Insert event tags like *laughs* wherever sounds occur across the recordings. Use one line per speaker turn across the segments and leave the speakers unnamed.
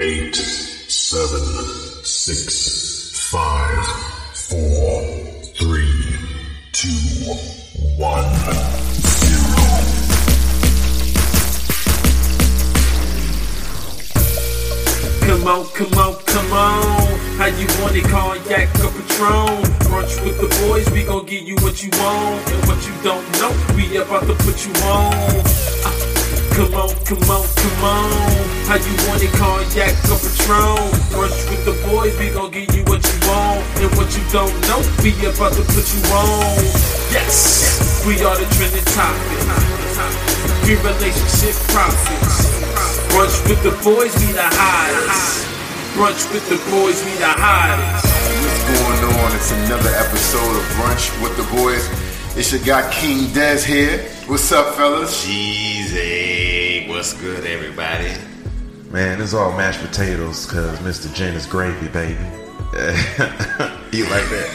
eight, seven, six, five, four, three, two, one, zero.
Come on, come on, come on. How you want it, cognac or Patron? Brunch with the boys, we gon' give you what you want. And what you don't know, we about to put you on. Ah, Come on, come on, come on. How you want it, cognac or Patron? Brunch with the boys, we gon' give you what you want. And what you don't know, we about to put you on. Yes, we are the trending topic. We relationship profits. Brunch with the boys, we the hottest. Brunch with the boys, we the hottest.
What's going on? It's another episode of Brunch with the Boys. It's your guy King Dez here. What's up, fellas?
Jeezy, what's good,
*laughs*
everybody?
Man, it's all mashed potatoes because Mr. Jen is gravy, baby. you like that?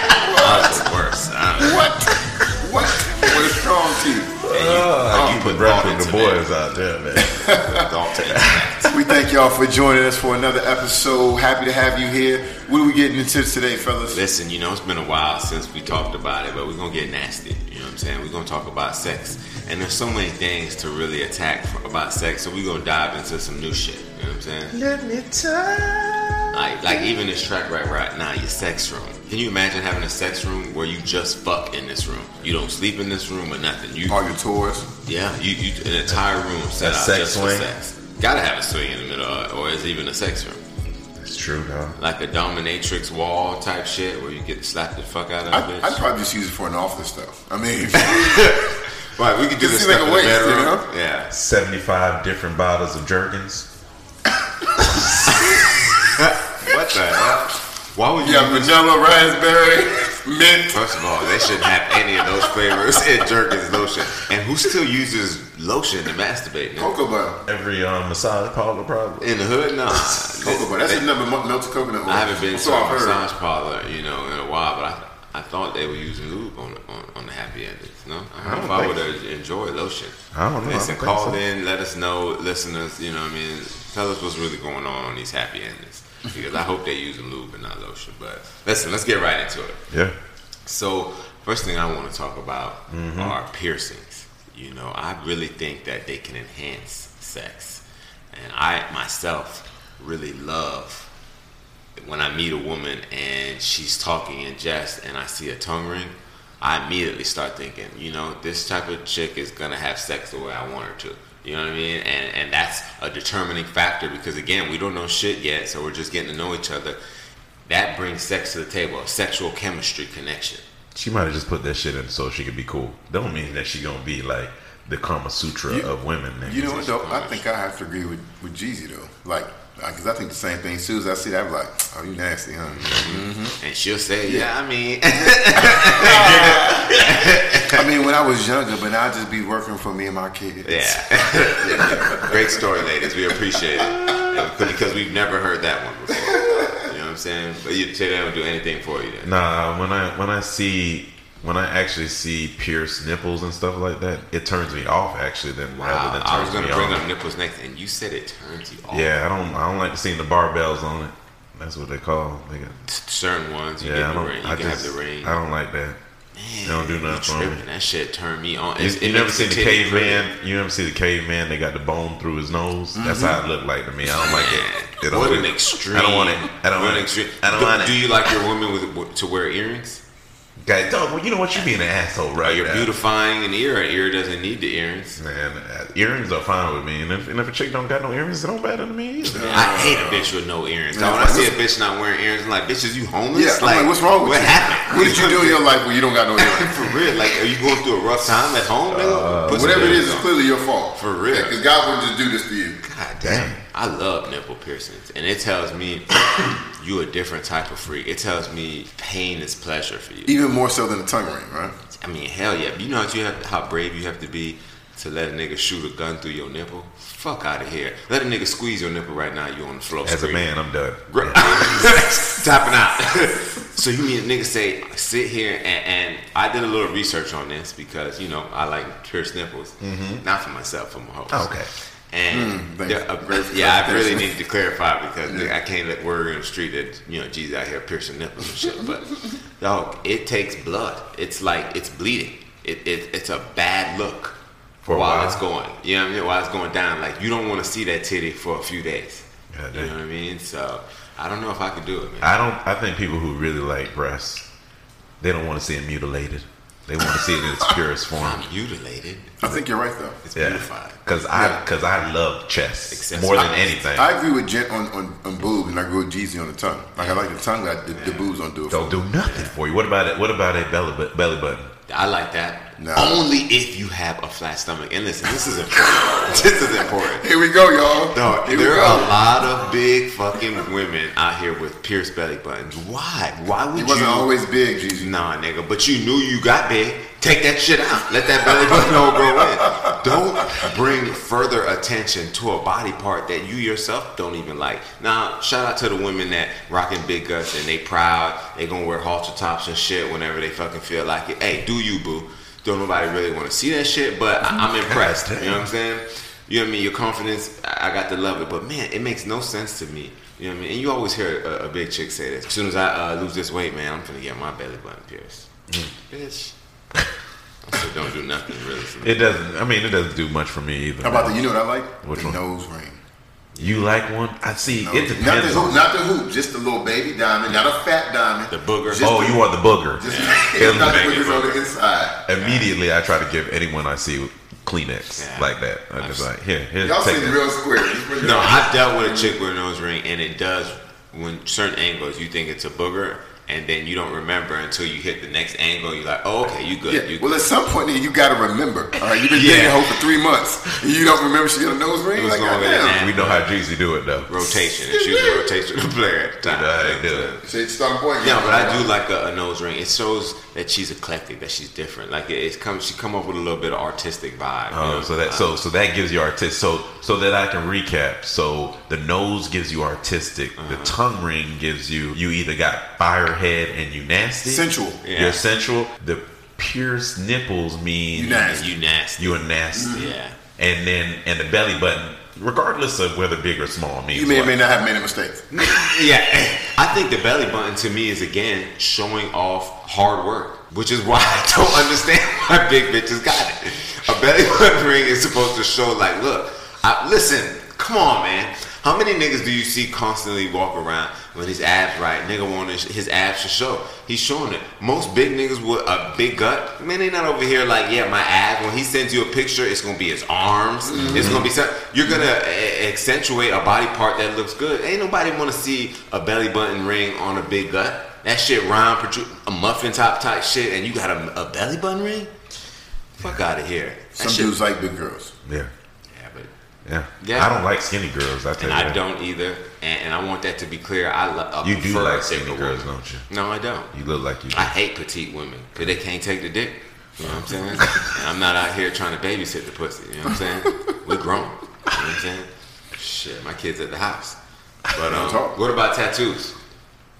*laughs*
I was the worst. I,
What? What? We're strong team.
Oh, you
put
put breath
thought
the
into
boys out there, man.
don't take that.
We thank y'all for joining us for another episode. Happy to have you here. What are we getting into today, fellas?
Listen, you know, it's been a while since we talked about it, but we're going to get nasty. You know what I'm saying? We're going to talk about sex. And there's so many things to really attack for, about sex, so we're going to dive into some new shit. You know what I'm saying?
Let me tell.
Like, like even this track right right now, your sex room. Can you imagine having a sex room where you just fuck in this room? You don't sleep in this room or nothing. You
All your tours.
Yeah, you, you an entire room set
A
out
sex
just
swing?
for sex. Gotta have a swing in the middle, of it, or it's even a sex room,
It's true, dog.
like a dominatrix wall type shit where you get slapped the fuck out
I,
of a bitch.
I'd probably just use it for an office, though. I *laughs* mean,
right, we could do
Just
this
seem like
stuff
a
in the
waste,
bedroom.
you know?
Yeah,
75 different bottles of Jergens.
what the hell? Why would you?
yeah, vanilla, raspberry, mint.
First of all, they shouldn't have any of those flavors *laughs* in Jerkin's lotion. And who still uses lotion to masturbate? nigga?
Cocoa butter.
Every um, massage parlor, probably.
In the hood, nah.
Cocoa butter. That's another mo- melted coconut oil.
I haven't been
so
to a
I've heard.
massage parlor, you know, in a while, but I, I thought they were using lube on, on, on the happy endings. No, I don't,
don't
know if I
think
would have enjoyed lotion.
I don't know, I
Listen,
don't think
call
so.
in, let us know, listeners. You know, what I mean, tell us what's really going on on these happy endings because I hope they using lube and not lotion. But listen, let's get right into it.
Yeah.
So, first thing I want to talk about
Mm-hmm.
are piercings. You know, I really think that they can enhance sex. And I myself really love when I meet a woman and she's talking in jest and I see a tongue ring. I immediately start thinking, you know, this type of chick is gonna have sex the way I want her to. You know what I mean? And and that's a determining factor because again, we don't know shit yet, so we're just getting to know each other. That brings sex to the table, a sexual chemistry connection.
She might have just put that shit in so she could be cool. Don't mean that she gonna be like the Kama Sutra
You-
of women. niggas.
You know what though? I think I have to agree with with Jeezy though. Like, because I think the same thing. As soon as I see that, I'm like, "Oh, you nasty, huh?"
And she'll say, Yeah, I *laughs* mean
I mean, when I was younger, but now I just be working for me and my kids.
Yeah. Great story, ladies. We appreciate it. Because we've never heard that one before. You know what I'm saying? But you say they don't do anything for you then.
Nah, when I when I see when I actually see pierced nipples and stuff like that, it turns me off actually. Then rather
Uh,
than
I was
turns
gonna
me
bring
on.
up nipples next, and you said it turns you off.
Yeah, I don't I don't like to see the barbells on it. That's what they call. They got,
certain ones you
yeah,
get the
I don't.
ring, you
I
can
just
have the ring.
I don't like that.
Man,
they don't do
you
nothing for me.
tripping. That shit turned me on.
You,
It's-
you
it
never
makes
see the
titty pretty.
caveman? You never see the caveman? They got the bone through his nose. That's how it looked like to me. I don't like it. it
Mm-hmm. what
don't-
an extreme!
I don't want it. I don't
What
want
an
it.
extreme-
I don't
do,
want it.
Do you like your woman with to wear earrings?
Guys, dog, well, you know what? You being an asshole, right?
Or Oh, you're
now.
beautifying an ear. An ear doesn't need the earrings.
Man, uh, earrings are fine with me, and if, and if a chick don't got no earrings, it don't matter to me either.
I hate a bitch with no earrings.
Yeah,
Now, when I
like,
see a bitch not wearing earrings, I'm like, bitch, is you homeless?
Yeah, I'm like, what's wrong with
what
you?
happened? *laughs*
What did you do in your life when you don't got no earrings?
For real, like, are you going through a rough time at home,
Uh,
nigga? Put some
Whatever it
earrings
is, it's
on.
clearly your fault.
For real.
Because God wouldn't just do this to you.
God damn. I love nipple piercings. And it tells me you a different type of freak. It tells me pain is pleasure for you.
Even more so than a tongue ring, right?
I mean, hell yeah. You know how, you have, how brave you have to be to let a nigga shoot a gun through your nipple? Fuck out of here. Let a nigga squeeze your nipple right now, you on the floor.
As a
screaming.
man, I'm done.
Gr- *laughs* Tapping out. *laughs* so you mean a nigga say sit here and, and I did a little research on this because you know I like pierced nipples, not for myself, for my host.
Oh, Mm-hmm. okay.
And
Thank
Yeah,
you.
uh, yeah, I
*laughs*
really needed to clarify because I can't let word in the street that you know G's out here piercing nipples and shit. But dog, it takes blood. It's like it's bleeding. It, it it's a bad look
For a
while
while.
it's going. You know what I mean? While it's going down, like you don't want to see that titty for a few days.
Yeah,
you
dude.
know what I mean? So I don't know if I could do it, man.
I don't. I think people who really like breasts, they don't want to see it mutilated. They want to see it in its purest form.
I'm mutilated.
I think you're right though.
It's
Yeah,
beautified.
because I because I love chest
Except-
more than
I-
anything.
I agree with Jen on, on, on boobs, and I agree with Jeezy on the tongue. Like I like the tongue, but I, the, the boobs don't do it.
don't
for
do nothing for you. What about it? What about a belly bu- belly button?
I like that.
No.
Only if you have a flat stomach. And listen, this
*laughs*
is important. this is important.
me. Here we go, y'all.
No,
Here we
there
go.
are a lot of big fucking women out here with pierced belly buttons. Why? Why would
He wasn't
you?
always big, Jeezy.
nah, nigga. But you knew you got big. Take that shit out. Let that belly button all go in. Don't bring further attention to a body part that you yourself don't even like. Now, shout out to the women that rocking big guts and they proud. They gonna wear halter tops and shit whenever they fucking feel like it. Hey, do you boo? Don't nobody really want to see that shit, but I- I'm impressed. You know what I'm saying? You know what I mean? Your confidence, I I got to love it. But man, it makes no sense to me. You know what I mean? And you always hear a, a big chick say this. As soon as I uh, lose this weight, man, I'm finna get my belly button pierced.
Mm.
Bitch. I said, don't do nothing really for me.
It doesn't. I mean, it doesn't do much for me either.
How about the? You know what I like?
Which
the
one?
nose ring.
You like one? I see.
No, not
It
the
depends.
hoop,
on-
not the hoop, just the little baby diamond, not a fat diamond.
The booger.
Just
Oh,
the-
you are the
*laughs*
booger.
Just
It'll
not the
make it
boogers on
booger.
the inside.
Immediately, I try to give anyone I see Kleenex
Yeah.
like that. I'm just like, here, here,
Y'all
take
seen
that.
real square. Just put your-
No, I've dealt with a chick with a nose ring, and it does, when certain angles, you think it's a booger, and then you don't remember until you hit the next angle. You're like, oh, okay, you good.
Yeah.
You good.
Well, at some point, nigga, you gotta remember. All right, you've been
Yeah.
dating hoe for three months. And you don't remember she got a nose ring?
was
Like,
longer than
goddamn.
that.
We know how Jeezy do it though.
rotation. And she was a rotational player at the time.
You know how they do it.
Shit, starting point.
No, but I do like a, a nose ring. It shows that she's eclectic, that she's different. Like it, it's come, she come up with a little bit of artistic vibe. you
Oh,
know?
so that so so that gives you artistic. So so that I can recap. So the nose gives you artistic. The
Uh-huh.
tongue ring gives you you either got firehead and you nasty
Sensual.
Yeah.
You're sensual. The pierced nipples mean
You nasty.
And you nasty. Mm-hmm.
you are nasty.
Yeah.
And then and the belly button, regardless of whether big or small, means
You may or
what?
may not have made a mistake.
yeah, *laughs* I think the belly button to me is again showing off hard work, which is why *laughs* I don't understand why big bitches got it. A belly *laughs* button ring is supposed to show like, look, I, listen, come on, man. How many niggas do you see constantly walk around when his abs right? Nigga want his, his abs to show. He's showing it. Most big niggas with a big gut, man, they not over here like, yeah, my abs. When he sends you a picture, it's gonna be his arms.
Mm-hmm.
It's gonna be something. You're gonna a- accentuate a body part that looks good. Ain't nobody want to see a belly button ring on a big gut. That shit round, protrude, a muffin top type shit, and you got a, a belly button ring. Fuck out of here. That
Some
shit-
dudes like big girls.
Yeah.
Yeah, but
Yeah.
Yeah.
I don't like skinny girls. I
and
tell you.
I
that.
don't either. And, and I want that to be clear. I, lo- I
You do
prefer a
like skinny
thicker
girls,
woman.
don't you?
No, I don't.
You look like you. Do.
I hate petite women because they can't take the dick. You know what I'm saying? and I'm not out here trying to babysit the pussy. You know what I'm saying? We're grown. You know what I'm saying? Shit, my kids at the house. But um,
talk.
what about tattoos?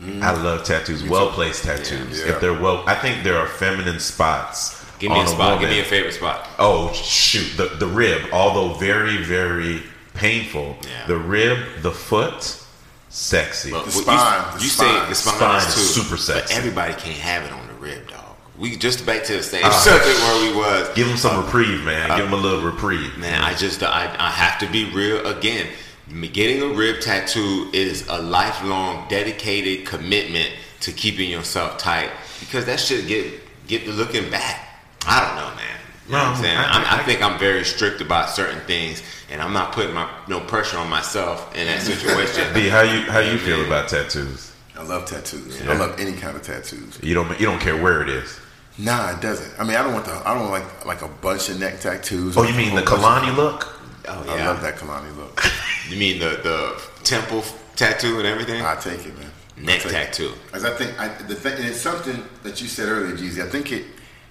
I love tattoos. Well placed tattoos.
Yeah.
If they're well, I think there are feminine spots.
Give me
on
a spot. Give
woman.
me a favorite spot.
Oh shoot, the the rib, although very very painful.
Yeah.
The rib, the foot, sexy.
But
The
what you-
spine, the
You, say
spine.
the spine,
Spine
is
is
too.
super sexy.
But everybody can't have it on the rib, dog. We just back to the same
Uh-huh.
*laughs* subject where we was.
Give him some reprieve, man. Give him a little reprieve.
uh, Man, I just I, I have to be real again. Me- Getting a rib tattoo is a lifelong, dedicated commitment to keeping yourself tight because that shit get get the looking back. I don't know, man. You know what I'm
No,
saying?
I-
I, I, think I'm very strict about certain things, and I'm not putting my no pressure on myself in that situation.
*laughs* B, how you how you feel
man.
about tattoos?
I love tattoos. I love any kind of tattoos.
You don't you don't care where it is.
Nah, it doesn't. I mean, I don't want the. I don't like like a bunch of neck tattoos.
Oh, you mean the Kalani look?
oh
I
yeah,
love that Kalani look.
you mean the the temple tattoo and everything?
I take it, man. I
Neck
take it.
tattoo.
As I think, I, the thing, and it's something that you said earlier, Jeezy. I think it,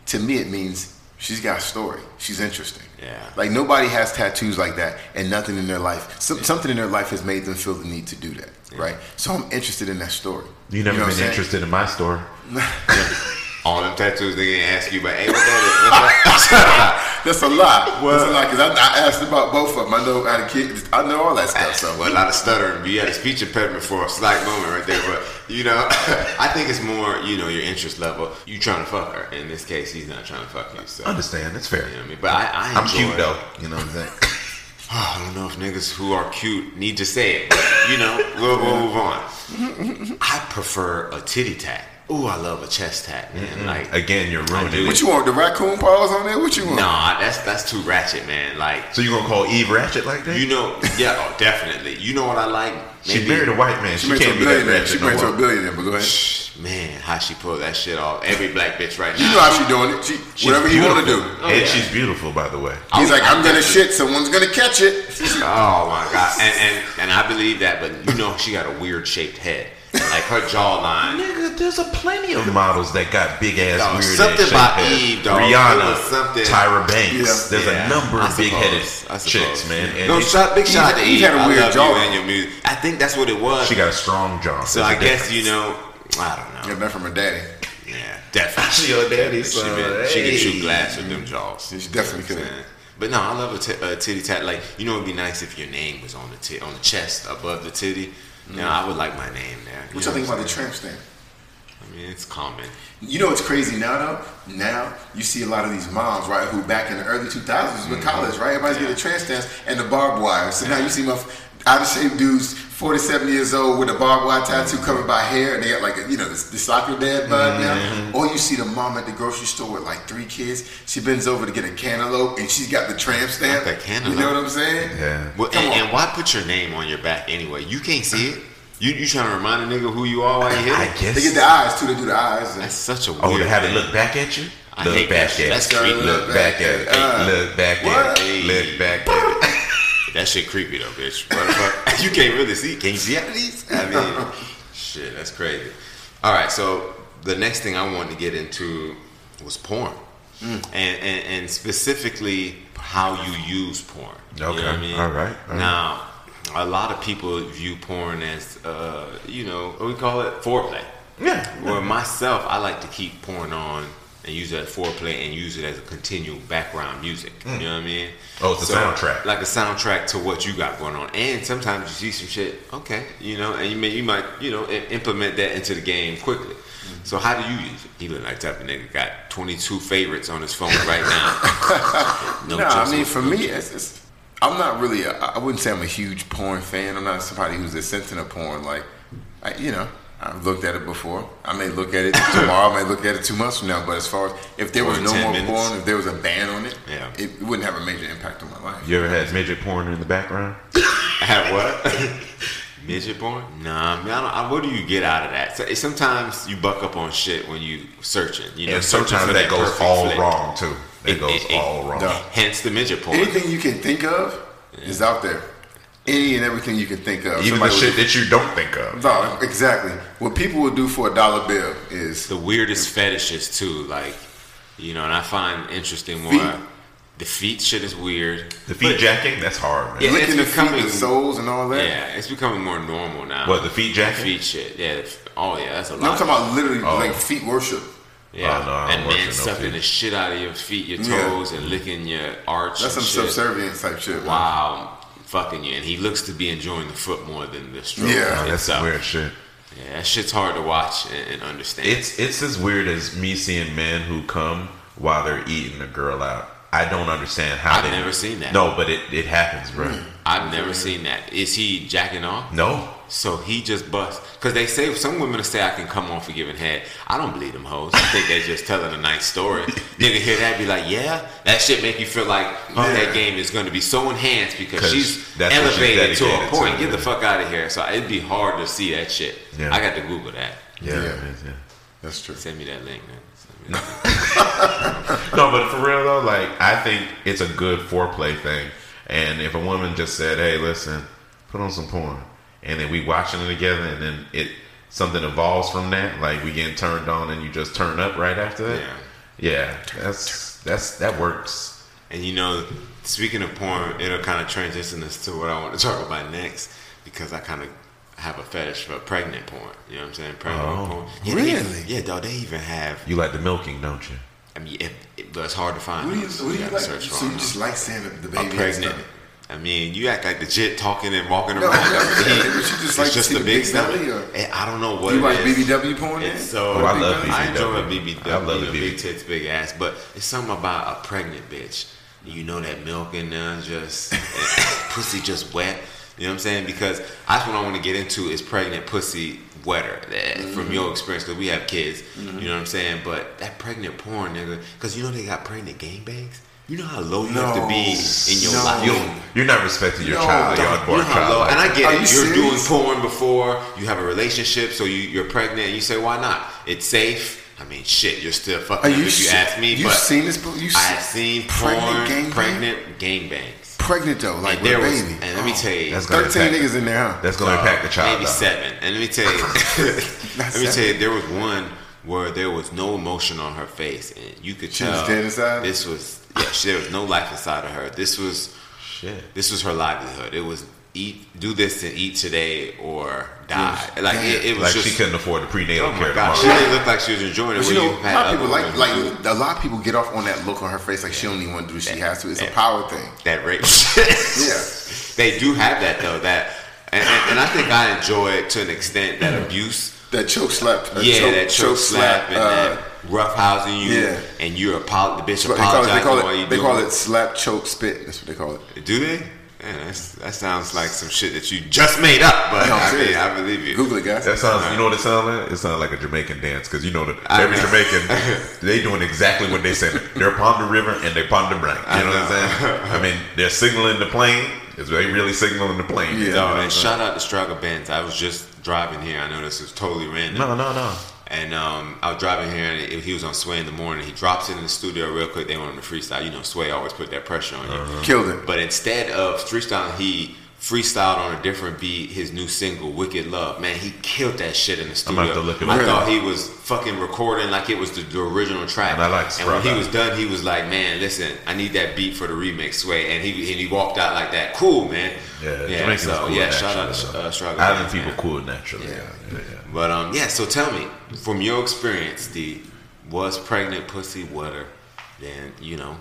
to me, it means she's got a story. She's interesting.
Yeah.
Like nobody has tattoos like that, and nothing in their life, some, something in their life has made them feel the need to do that, right? So I'm interested in that story.
You never
know what I'm
been
saying?
interested in my story.
All them tattoos they gonna ask you, but hey, what that
*laughs*
is? *laughs*
That's a lie.
*laughs*
That's a lie because I, I asked about both of them. I know how to kid. I know all that stuff.
*laughs*
So
Well, a lot of stuttering. You had a speech impediment for a slight moment right there, but you know, *laughs* I think it's more you know your interest level. You trying to fuck her. In this case, he's not trying to fuck you. So
Understand? It's fair.
You know what I mean? But I, I
I'm
enjoy-
cute though. You know what
*laughs*
I'm saying?
*sighs* I don't know if niggas who are cute need to say it, but you know, we'll, we'll move on. I prefer a titty tat. Ooh, I love a chest tat, man. Like
Again, you're ruining
do.
it.
what you want? The raccoon paws on there? What you want?
Nah, that's that's too ratchet, man. Like
So you gonna call Eve Ratchet like that?
you know, yeah, oh, definitely. You know what I like?
she
Maybe-
married a white man.
She
She,
made to a
can't be that
billionaire. She
ratchet. no
made to a
more.
billionaire. But go ahead.
Man, how she pulled that shit off. Every black bitch right
You
now.
know how she doing it. She,
She's
whatever you want to do.
beautiful. and
Oh, yeah.
she's beautiful, by the way.
He's like, I'm gonna shit. Someone's gonna catch it.
Oh my god, and, and and I believe that, but you know she got a weird shaped head, like her jawline.
Nigga, there's a plenty of models that got big ass
Dog,
weird
something
ass
about
shape heads.
Eve, dog. It
Rihanna,
was something-
Tyra Banks.
Yeah.
There's
Yeah,
a number
I
of big headed
suppose, I suppose.
chicks, man. And
No
it-
shot, big shot to
he
Eve.
had a
I
weird
love
jaw.
you and your music. I think that's what it was.
she got a strong jaw.
so
There's
I
a
guess
difference.
you know, I don't know.
Got that from her daddy.
Yeah, definitely.
She your daddy,
She,
son.
been, she can
Hey.
shoot glass with them jaws.
She definitely
You know what I'm
could.
saying? But no, I love a, t- a titty tat. Like you know, it'd be nice if your name was on the t- on the chest above the titty. Now I would like my name there. You
What
know
y'all think
what
about
I'm
the tramp stamp?
saying? I mean, it's common.
You know what's crazy now though? Now you see a lot of these moms, right, who back in the early 2000s with college, right? Everybody's getting trans stands and the barbed wire. So now you see my out of shape dudes, 47 years old with a barbed wire tattoo covered by hair and they got like, a, you know, the, the soccer dad bud now. Or you see the mom at the grocery store with like three kids. She bends over to get a cantaloupe and she's got the tramp stamp.
Not the cantaloupe.
You know what I'm saying?
Yeah.
Well,
Come
and,
on.
and why put your name on your back anyway? You can't see it. You you trying to remind a nigga who you are while you hit
I
it?
guess.
They get the eyes too, they do the eyes.
That's such a weird.
oh, to have it
thing.
look back at you?
I
look
hate that
back at
shit. That's
it.
creepy.
Look back at it.
Uh,
look back at
what?
it. Look back at it.
That shit creepy though, bitch. What the fuck? *laughs* You can't really see. Can you see out of these? I mean, shit, that's crazy. All right, so the next thing I wanted to get into was porn,
Mm.
and, and and specifically how you use porn. You know what I
Okay,
mean?
all right, all right.
Now, a lot of people view porn as, uh, you know, what we call it foreplay.
Yeah.
Well, myself, I like to keep porn on and use it as foreplay and use it as a continual background music. You know what I mean?
Mm. Oh, it's a soundtrack.
Like a soundtrack to what you got going on. And sometimes you see some shit, okay, you know, and you may you might, you know, i- implement that into the game quickly.
Mm-hmm.
So how do you use it? He look like type of nigga got 22 favorites on his phone right now.
*laughs*
No,
jokes,
I mean
no-
for
no
me, it's,
jokes.
it's, I'm not really. A, I wouldn't say I'm a huge porn fan. I'm not somebody who's a sensitive of porn. Like, I, you know, I've looked at it before. I may look at it tomorrow. I may look at it two months from now. But as far as if there
Or
was
in
no
10
more
minutes.
porn, if there was a ban on it,
Yeah.
it, it wouldn't have a major impact on my life.
You ever had midget porn in the background?
I have what? *laughs* Midget porn? Nah, man. I don't, I, what do you get out of that? So, sometimes you buck up on shit when you searching. You know,
And
searching
sometimes
for
that goes
perfect
all
flick.
wrong too. That
It-
goes
it- it-
all wrong.
Duh.
Hence the midget porn.
Anything you can think of is out there. Any and everything you can think of.
Even the
Somebody
shit
would-
that you don't think of.
No, exactly. What people would do for a dollar bill is
the weirdest fetishes too. Like, you know, and I find interesting
Feet.
why the feet shit is weird.
The feet jacking, that's hard, man.
Yeah, it's
licking the feet,
becoming-
the soles, and all that.
Yeah, it's becoming more normal now.
What, the feet
The
jacking?
feet shit. Yeah. the f- Oh yeah, that's a
No, I'm
lot.
talking about literally
Oh.
like feet worship.
yeah,
Oh, no, I don't
and
work
men
with no
sucking
feet.
the shit out of your feet, your
Yeah.
toes, and licking your arch.
That's some
and shit.
subservience type shit. man.
Wow, fucking you, and he looks to be enjoying the foot more than the stroke.
Yeah.
Oh, that's
itself.
some weird shit.
Yeah, that shit's hard to watch and, and understand.
It's it's as weird as me seeing men who come while they're eating a girl out. I don't understand how
I've
they-
never Mm. seen that.
No, but it, it happens, bro.
I've never seen that. Is he jacking off?
No.
So he just busts. Because they say, some women will say, I can come off a given head. I don't believe them hoes. I think they just telling a nice
*laughs*
story. Nigga hear that, be like, yeah. That shit make you feel like, oh,
Yeah.
that game is going to be so enhanced because
'Cause
she's
that's what she's
elevated to a
dedicated to,
point. Get the
yeah.
fuck out of here. So it'd be hard to see that shit.
Yeah.
I got to Google that.
Yeah.
Yeah.
it is, yeah.
That's true.
Send me that link, man. Send me that *laughs*
No, but for real though, like I think it's a good foreplay thing. And if a woman just said, "Hey, listen, put on some porn," and then we watching it together, and then it something evolves from that, like we getting turned on, and you just turn up right after that.
Yeah.
Yeah, that's that's that works.
And you know, speaking of porn, it'll kind of transition us to what I want to *laughs* talk about next because I kind of have a fetish for pregnant porn. You know what I'm saying? Pregnant
Oh.
porn. Yeah, they
Really?
even- yeah, dog. They even have
You like the milking, don't you?
I mean, if, if, it's hard to find.
What do you,
those.
what do you
gotta
like?
search for
So you
them.
just like saying that the
I'm
baby is
pregnant.
stomach.
I mean, you act like legit talking and walking
No,
around.
no,
like
no,
a
*laughs*
pig.
but you just
it's
like to
just
see
a
the
big
big belly,
stomach.
or-
Eh, I don't know what
You
it
like
is.
BBW porn? then?
It's so
Oh, I love
I enjoy a
BBW.
BBW.
I love a
big
BBW.
tits, big ass, but it's something about a pregnant bitch. You know that milk in there, just *laughs* pussy just wet. You know what I'm saying? Because that's what I want to get into is pregnant pussy wetter. That- From your
Mm-hmm.
experience, because we have kids. You know what I'm saying? But that pregnant porn, nigga, because you know they got pregnant gangbangs. You know how low you have to
No.
be in your
No.
life.
You don't, you're not respecting your
No,
child, your
dog.
unborn
You know how
child.
low-
like
and I
that.
get
Are
it.
you
You're
serious?
doing porn before. You have a relationship, so you you're pregnant. And you say, why not? It's safe. I mean, shit. You're still fucking.
Are you?
if
se-
you ask me,
you
but
seen this? bo- You
I
se-
have seen porn
pregnant
pregnant,
gangbang?
gangbangs.
pregnant though, like
and
with
there
a
was,
baby.
and let me
Oh.
tell you, uh,
That's gonna
Thirteen
impact,
niggas in there, huh?
That's gonna impact the child.
maybe
though.
seven. And let me
*laughs*
tell you, *laughs* let me
seven.
tell you, there was one where there was no emotion on her face, and you could
She was
tell
dead inside?
this was yeah, she, there was no life inside of her. This was
Shit.
this was her livelihood. It was eat, do this and eat today or die. Like it, it was
Like
just.
she couldn't afford the prenatal
oh my
care.
god, she
tomorrow.
didn't look like she was enjoying it.
But
where
you know,
you
a
had
lot of
other
people like
women
like
who-
a lot of people get off on that look on her face, like she don't even want to do what she has to. It's a
Yeah.
power thing.
that rape. *laughs* shit.
Yeah.
they do have that though. That and, and, and I think I enjoy it to an extent. That abuse.
That Mm-hmm. choke slap. uh,
yeah, that choke slap and
uh,
that rough housing you
yeah.
and you're apo- the bitch
They call it. They
apologizing
call
while you
it. They
do
call it slap, choke, spit. That's what they call it.
Do they? Man, that's, that sounds like some shit that you just made up, but
No, I'm
I mean,
serious.
I believe you.
Google it, guys.
That sounds. You know what it sounds like? It sounds like a Jamaican dance because you know that
I
every
know.
Jamaican they doing exactly what they saying. They're palm the river and they palm the brain. You know, what I'm saying? I mean, they're signaling the plane. Is they really signaling the plane?
Yeah.
You know
No,
what I'm
and
saying?
shout out to Struggle Benz. I was just driving here. I know this is totally random.
no, no, no.
And um, I was driving here, and it, he was on Sway in the morning. He drops it in the studio real quick. They want him to freestyle. You know, Sway always put that pressure on you.
Killed it.
But instead of freestyling, he freestyled on a different beat. His new single, "Wicked Love," man, he killed that shit in the
I'm
studio.
gonna have to look it
I
up.
thought he was fucking recording like it was the, the original track.
And I like
And when he
Sprott.
was done, he was like, "Man, listen, I need that beat for the remix, Sway." And he and he walked out like that. Cool, man.
Yeah,
yeah.
Jamaicans
So
cool
yeah, shout out
naturally,
to
though.
uh, Struggle.
Island
Benz, man.
people cool naturally. Yeah. yeah,
But um, yeah. So tell me, from your experience, the was pregnant pussy wetter than you know?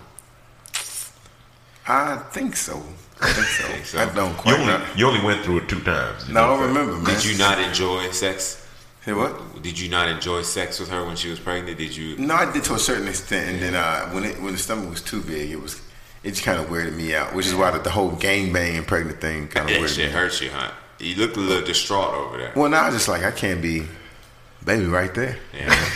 I think so. I think so.
Think so.
I don't
You
quite know.
only you only went through it two times. you
No, I
know
don't
what I'm saying?
remember, man.
Did you not enjoy sex?
Hey, what?
Did you not enjoy sex with her when she was pregnant? Did you?
No, I did to a certain extent, and then uh, when it when the stomach was too big, it was it just kind of weirded me out, which is why the, the whole gang bang and pregnant thing kind of
That
weirded me.
shit
out.
hurt you, huh? You looked a little distraught over there.
Well, now I just like I can't be baby right there,
Yeah.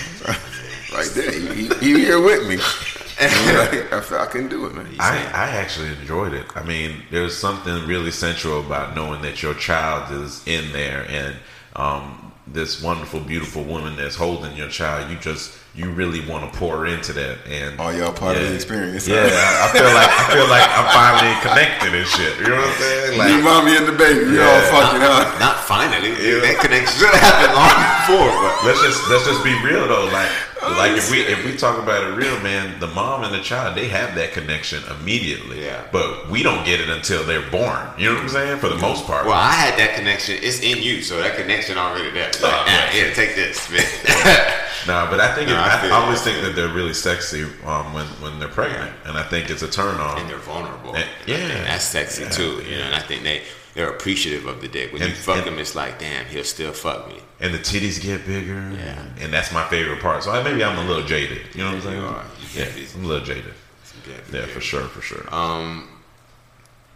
right there. You, you- you here with me? *laughs* Like, I felt I couldn't do it, man.
I, I actually enjoyed it. I mean, there's something really sensual about knowing that your child is in there and um, this wonderful, beautiful woman that's holding your child. You just you really want to pour into that. And
All y'all part of
Yeah.
the experience.
Yeah,
*laughs*
I, I feel like I feel like I'm finally connected and shit. You know what I'm saying?
you
Like,
mommy and the baby, you all
Yeah.
fucking huh?
not, not finally. That connection should have happened long before. But
let's just let's just be real though. Like,
Oh,
like if we if we talk about it real, man, the mom and the child they have that connection immediately.
Yeah.
But we don't get it until they're born. You know what I'm saying? For the most part.
Well, I had that connection. It's in you, so that connection already there. Like,
Oh,
nah,
yeah.
here, take this, man.
*laughs* Nah, but I think
No,
it,
I
I,
feel
I
you.
always think that they're really sexy um, when when they're pregnant, and I think it's a turn on.
and they're vulnerable.
Yeah.
And I think that's sexy
Yeah.
too. You know, and I think they they're appreciative of the dick. When you
And-
fuck
and-
him, it's like, damn, he'll still fuck me.
and the titties get bigger.
Yeah.
and that's my favorite part. So I, maybe I'm a little jaded. You know what I'm
Yeah,
saying?
you are. You Um,
Yeah,
definitely-
I'm a little jaded. Yeah,
Yeah.
for sure, for sure.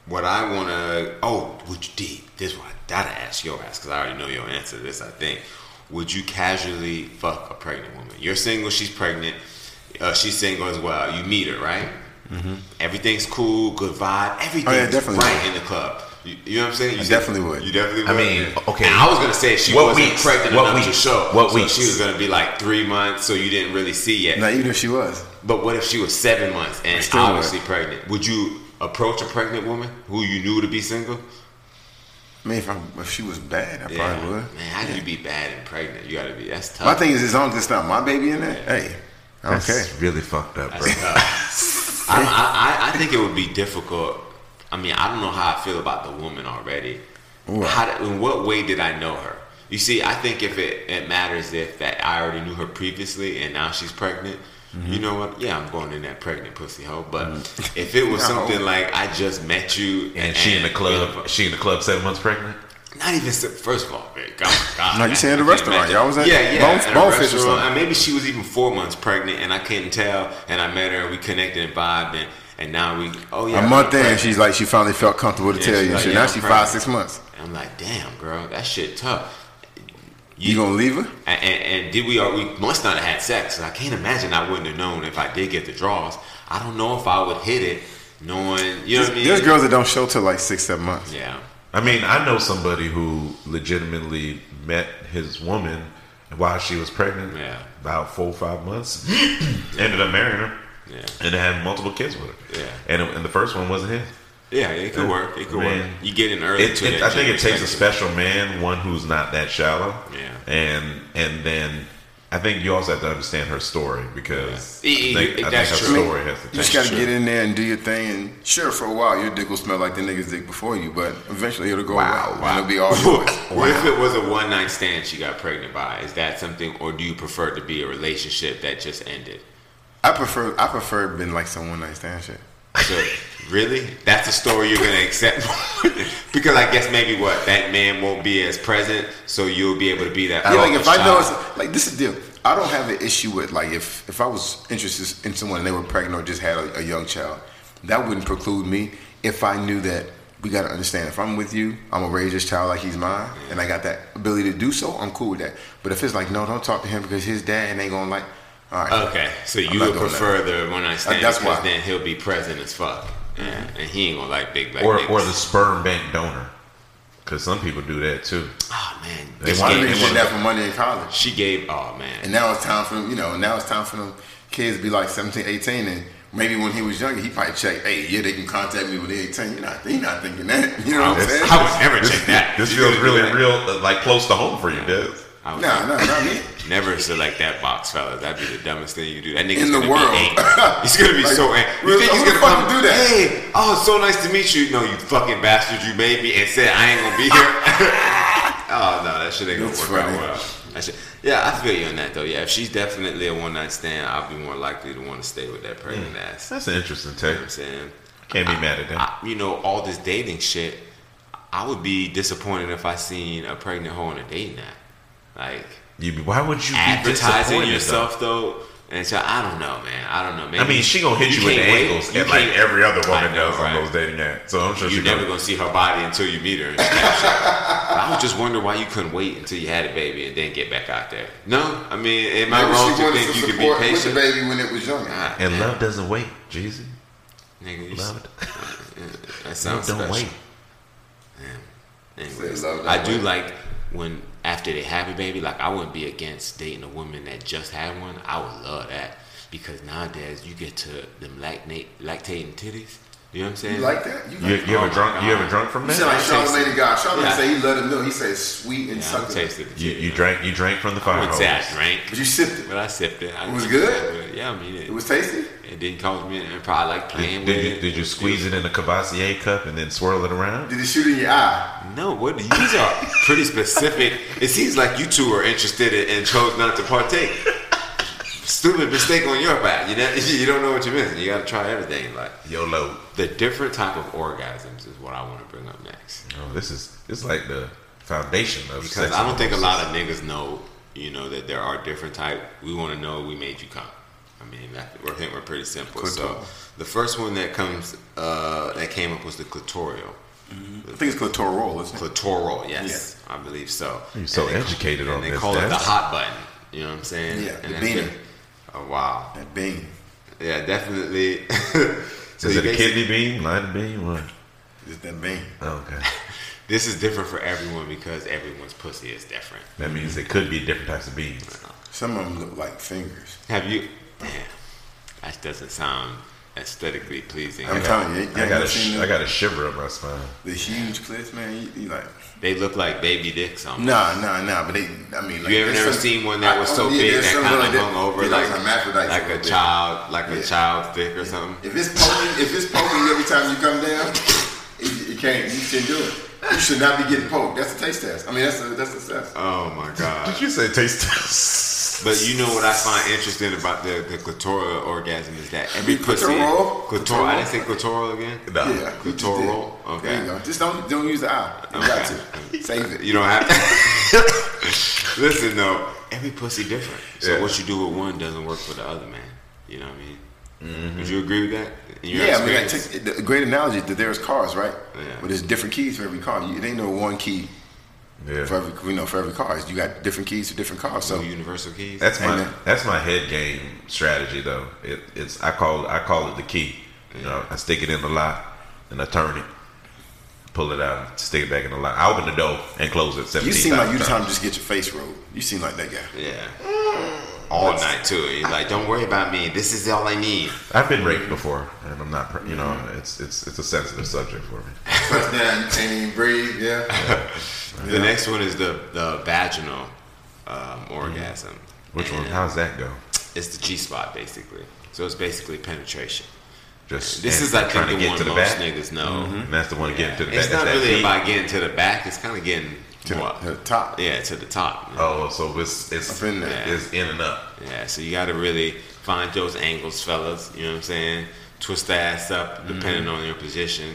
What I wanna oh, would you D? This one I gotta ask your ass because I already know your answer to this. I think. Would you casually fuck a pregnant woman? You're single. She's pregnant. Uh, she's single as well. You meet her, right? Everything's cool, good vibe. Everything's
Mm-hmm. Oh, definitely.
right in the club. You, you know what I'm saying? You
I
said-
definitely would.
You definitely would.
I mean, okay.
And I was gonna say she
What
wasn't
weeks?
pregnant
What
enough to
weeks?
show.
What
so
weeks?
She was gonna be like three months, so you didn't really see yet.
Now, even if she was,
But what if she was seven months and
Still
obviously pregnant? Would you approach a pregnant woman who you knew to be single?
I mean, if, I, if she was bad, I
Yeah.
probably would.
Man, how can you be bad and pregnant? You gotta be. That's tough.
My thing is, as long as it's not my baby in there, hey, I don't
That's
care.
really fucked up, bro.
That's tough. *laughs* I, I, I- I think it would be difficult. I mean, I don't know how I feel about the woman already.
What?
How did- in what way did I know her? You see, I think if it, it matters if that I already knew her previously and now she's pregnant, You know what? Yeah, I'm going in that pregnant pussy hole. But if it was
No.
something like I just met you
And she in the club. She in the club seven months pregnant.
Not even se- first of all, man, God, God,
No, you
man,
saying the
I can't
restaurant.
imagine.
Y'all was at
yeah, yeah,
Bone-
at a
Bonefish or
restaurant.
something.
And maybe she was even four months pregnant, and I couldn't tell. And I met her, and we connected and vibed, and, and now we. Oh yeah,
A
I'm
month in,
pregnant.
she's like, she finally felt comfortable to
Yeah,
tell
she's
you.
like,
shit.
yeah,
now
I'm
she
pregnant.
five, six months.
And I'm like, damn, girl, that shit tough.
You gonna leave her?
And, and, and did we? Or we must not have had sex. I can't imagine I wouldn't have known if I did get the draws. I don't know if I would hit it, knowing you know what I mean.
There's girls that don't show till like six, seven months.
Yeah.
I mean, I know somebody who legitimately met his woman while she was pregnant.
Yeah.
About four or five months. Ended up marrying her.
Yeah.
And had multiple kids with her.
Yeah.
And, and the first one wasn't his.
Yeah, it could work. It could
Man.
work. You get in early.
It,
to
it,
that
I think it
gender
takes a
spectrum.
special man, one who's not that shallow.
Yeah.
And and then I think you also have to understand her story because
Yeah. E- e-
I think, I think
that's
her
true.
story has to
You just
change.
gotta get in there and do your thing. And sure, for a while, your dick will smell like the nigga's dick before you, but eventually it'll go
Wow,
away.
wow.
And it'll be all
*laughs*
yours.
What if it was a one night stand she got pregnant by? Is that something, or do you prefer it to be a relationship that just ended?
I prefer, I prefer been like some one night stand shit. *laughs*
So, really? That's a story you're going to accept? *laughs* because I guess maybe what? That man won't be as present, so you'll be able to be that.
Yeah, like if
father's
I know
child.
it's like this is the deal. I don't have an issue with like if if I was interested in someone and they were pregnant or just had a, a young child, that wouldn't preclude me if I knew that we got to understand if I'm with you, I'm gonna raise this child like he's mine, and I got that ability to do so. I'm cool with that. But if it's like no, don't talk to him because his dad ain't gonna like. All right,
Okay, so
I'm
you
not
would
doing Uh,
prefer the one night stand
that's why.
because
Mm-hmm.
then he'll be present as fuck. Yeah, and he ain't going to like big black
Or
niggas.
or the sperm bank donor. Because some people do that too.
Oh, man.
They
This
wanna
Niggas
game,
be-
did that for money in college,
she gave. Oh, man.
and now it's time for them. You know, now it's time for them kids to be like 17, 18, and. Maybe when he was younger, he probably checked. Hey, yeah, they can contact me when they're 18. You're not, you're not thinking that. *laughs* You know what I'm saying?
I would never check that.
This
You
feels
couldn't do
really
that.
real, uh, like close to home for you, dude.
I would
No, no,
never-
not me.
Never select that box, fellas. That'd be the dumbest thing you do. That nigga's
In the
gonna
world.
be angry. He's gonna be
Like,
so angry. You think
who
he's
the
gonna
fuck
come
do that?
Hey, oh, it's so nice to meet you. No, you fucking bastard. You made me and said I ain't gonna be here. *laughs* oh no, that shit ain't gonna
That's
work
funny.
out well. That shit. Yeah, I feel you on that though. Yeah, if she's definitely a one night stand, I'll be more likely to want to stay with that pregnant
Mm.
ass. You know
That's an interesting
what
take.
I'm saying?
Can't be mad at that.
I, you know, all this dating shit, I would be disappointed if I seen a pregnant hoe on a dating app. Like,
You, be- why would you be
advertising
disappointed,
yourself though. And so I don't know, man. I don't know. Maybe
I mean, she gonna hit you, with the
can't wait.
angles
You
and like
can't-
every other woman
I know,
does
right?
on those dating apps. So I'm sure
You're
she
never
never.
gonna see her body until you meet her. and snapshot.
*laughs*
But I was just wondering why you couldn't wait until you had a baby and then get back out there. No, I mean, am I
Maybe
wrong
she
to
wanted
think
some
you could be
support with the
patient?
baby when it was younger.
Ah,
And
man,
love doesn't wait, Jeezy.
nigga, you
Love
s- *laughs* that
don't
sounds special.
wait.
Anyways,
Say love
I
that
do
way.
like when after they have a baby, like I wouldn't be against dating a woman that just had one. I would love that because nowadays you get to them lactate lactating titties. You know what I'm saying?
You like that? You,
You,
like
you
Oh
ever
my
drunk? You
God.
ever drunk from
you sound like
that?
Charlamagne the God. Charlamagne
Yeah.
say he let him know. He said sucking. sweet and
yeah, I
sucking.
tasted the
You,
titty,
you
man.
drank. You drank from the
I
fire
wouldn't
hose.
say I drank,
But you sipped it.
*laughs* but I sipped it. I
It was
didn't
good?
think it was good. Yeah, I mean it.
It was tasty.
it didn't cause me any problem. I like playing with
Did, did you,
it.
did you squeeze it in a Cavassier cup and then swirl it around?
Did it shoot in your eye?
No, what these are pretty specific. It seems like you two are interested in, and chose not to partake. Stupid mistake on your part. You know, *laughs* you don't know what you're missing. You got to try everything in life.
YOLO.
The different type of orgasms is what I want to bring up next
Oh, this is this is like the foundation of
because
sex
I don't think a
hypnosis.
lot of niggas know. You know that there are different type. We want to know we made you come. I mean, I think- I think we're pretty simple. So the first one that comes uh, that came up was the clitoral.
I think it's clitoral, isn't it?
Clitoral, yes, I believe so.
You're so
And they-
educated
and
on
they
this,
call it the
Dad.
hot button. You know what I'm saying?
Yeah, the
that's
beanie.
it. Oh wow!
That bean.
Yeah, definitely. *laughs* so
Is
you
it a
basi-
kidney beam, lime beam? What?
It's that bean.
Oh, okay.
This is different for everyone because everyone's pussy is different.
That means it could be different types of beans.
Some of them look like fingers.
Have you? Damn, that doesn't sound aesthetically pleasing.
I'm telling you, you
I
ain't
got a
never seen
sh-
them?
I got a shiver up my spine.
the huge clits, man. You, you like
They look like baby dicks. Almost.
nah, nah, nah. But they, I mean, like,
You ever
there's
never
some-
seen one that
I-
was
oh,
so
yeah,
big
there's
that
some
kind of
that-
hung over
yeah,
like
hermaphrodites
like
little
a
bit.
child, like
Yeah.
a child's dick or something?
If it's poking, if it's poking every time you come down, it, it can't. You can do it. You should *laughs*
Uh,
not be getting poked. That's a taste test. I mean, that's a that's a test.
Oh my god!
Did you say taste test?
*laughs*
*laughs*
But you know what I find interesting about the, the clitoral orgasm is that every pussy
Clitoral?
clitoral I didn't say clitoral again.
No.
Yeah, you just did.
Clitoral? Okay.
There you go. Just don't don't use the I. You got to save it.
*laughs* You don't have
*laughs*
to. Listen though, every pussy different. So
Yeah.
what you do with one doesn't work for the other man. You know what I mean? Would you agree with that? In your
Mm-hmm. Yeah, I mean, I
experience?
take- the- a great analogy is that there's cars, right?
Yeah.
But there's different keys for every car. You- It ain't no one key for
Yeah.
every you know for every car. You got different keys for different cars. So
No universal keys.
That's my
Amen.
that's my head game strategy though. It, it's I call I call it the key. You know, I stick it in the lock and I turn it, pull it out, stick it back in the lock. I open the door and close it.
you
Seventeen.
seem like you trying to just get your face rolled. You seem like that guy.
yeah.
Mm.
All night too. You're like, don't worry about me. This is all I need.
I've been raped before, and I'm not. pr- You know, it's it's it's a sensitive subject for me.
First down, you can't even breathe. Yeah.
The next one is the the vaginal um, orgasm.
Which one?
And
How's that go?
It's the G spot basically. So it's basically penetration.
Just
This
and
is I think
trying to
the
get
one
to the
most
back. Mm-hmm.
niggas know.
And that's the one getting to the
it's
back.
not
that's that
really
key.
about getting to the back. It's kind of getting
To the,
more-
to the top.
yeah to the top.
Oh, so it's it's
Up in there.
it's in and up.
Yeah, so you got to really find those angles, fellas. You know what I'm saying? Twist the ass up,
Mm-hmm.
depending on your position.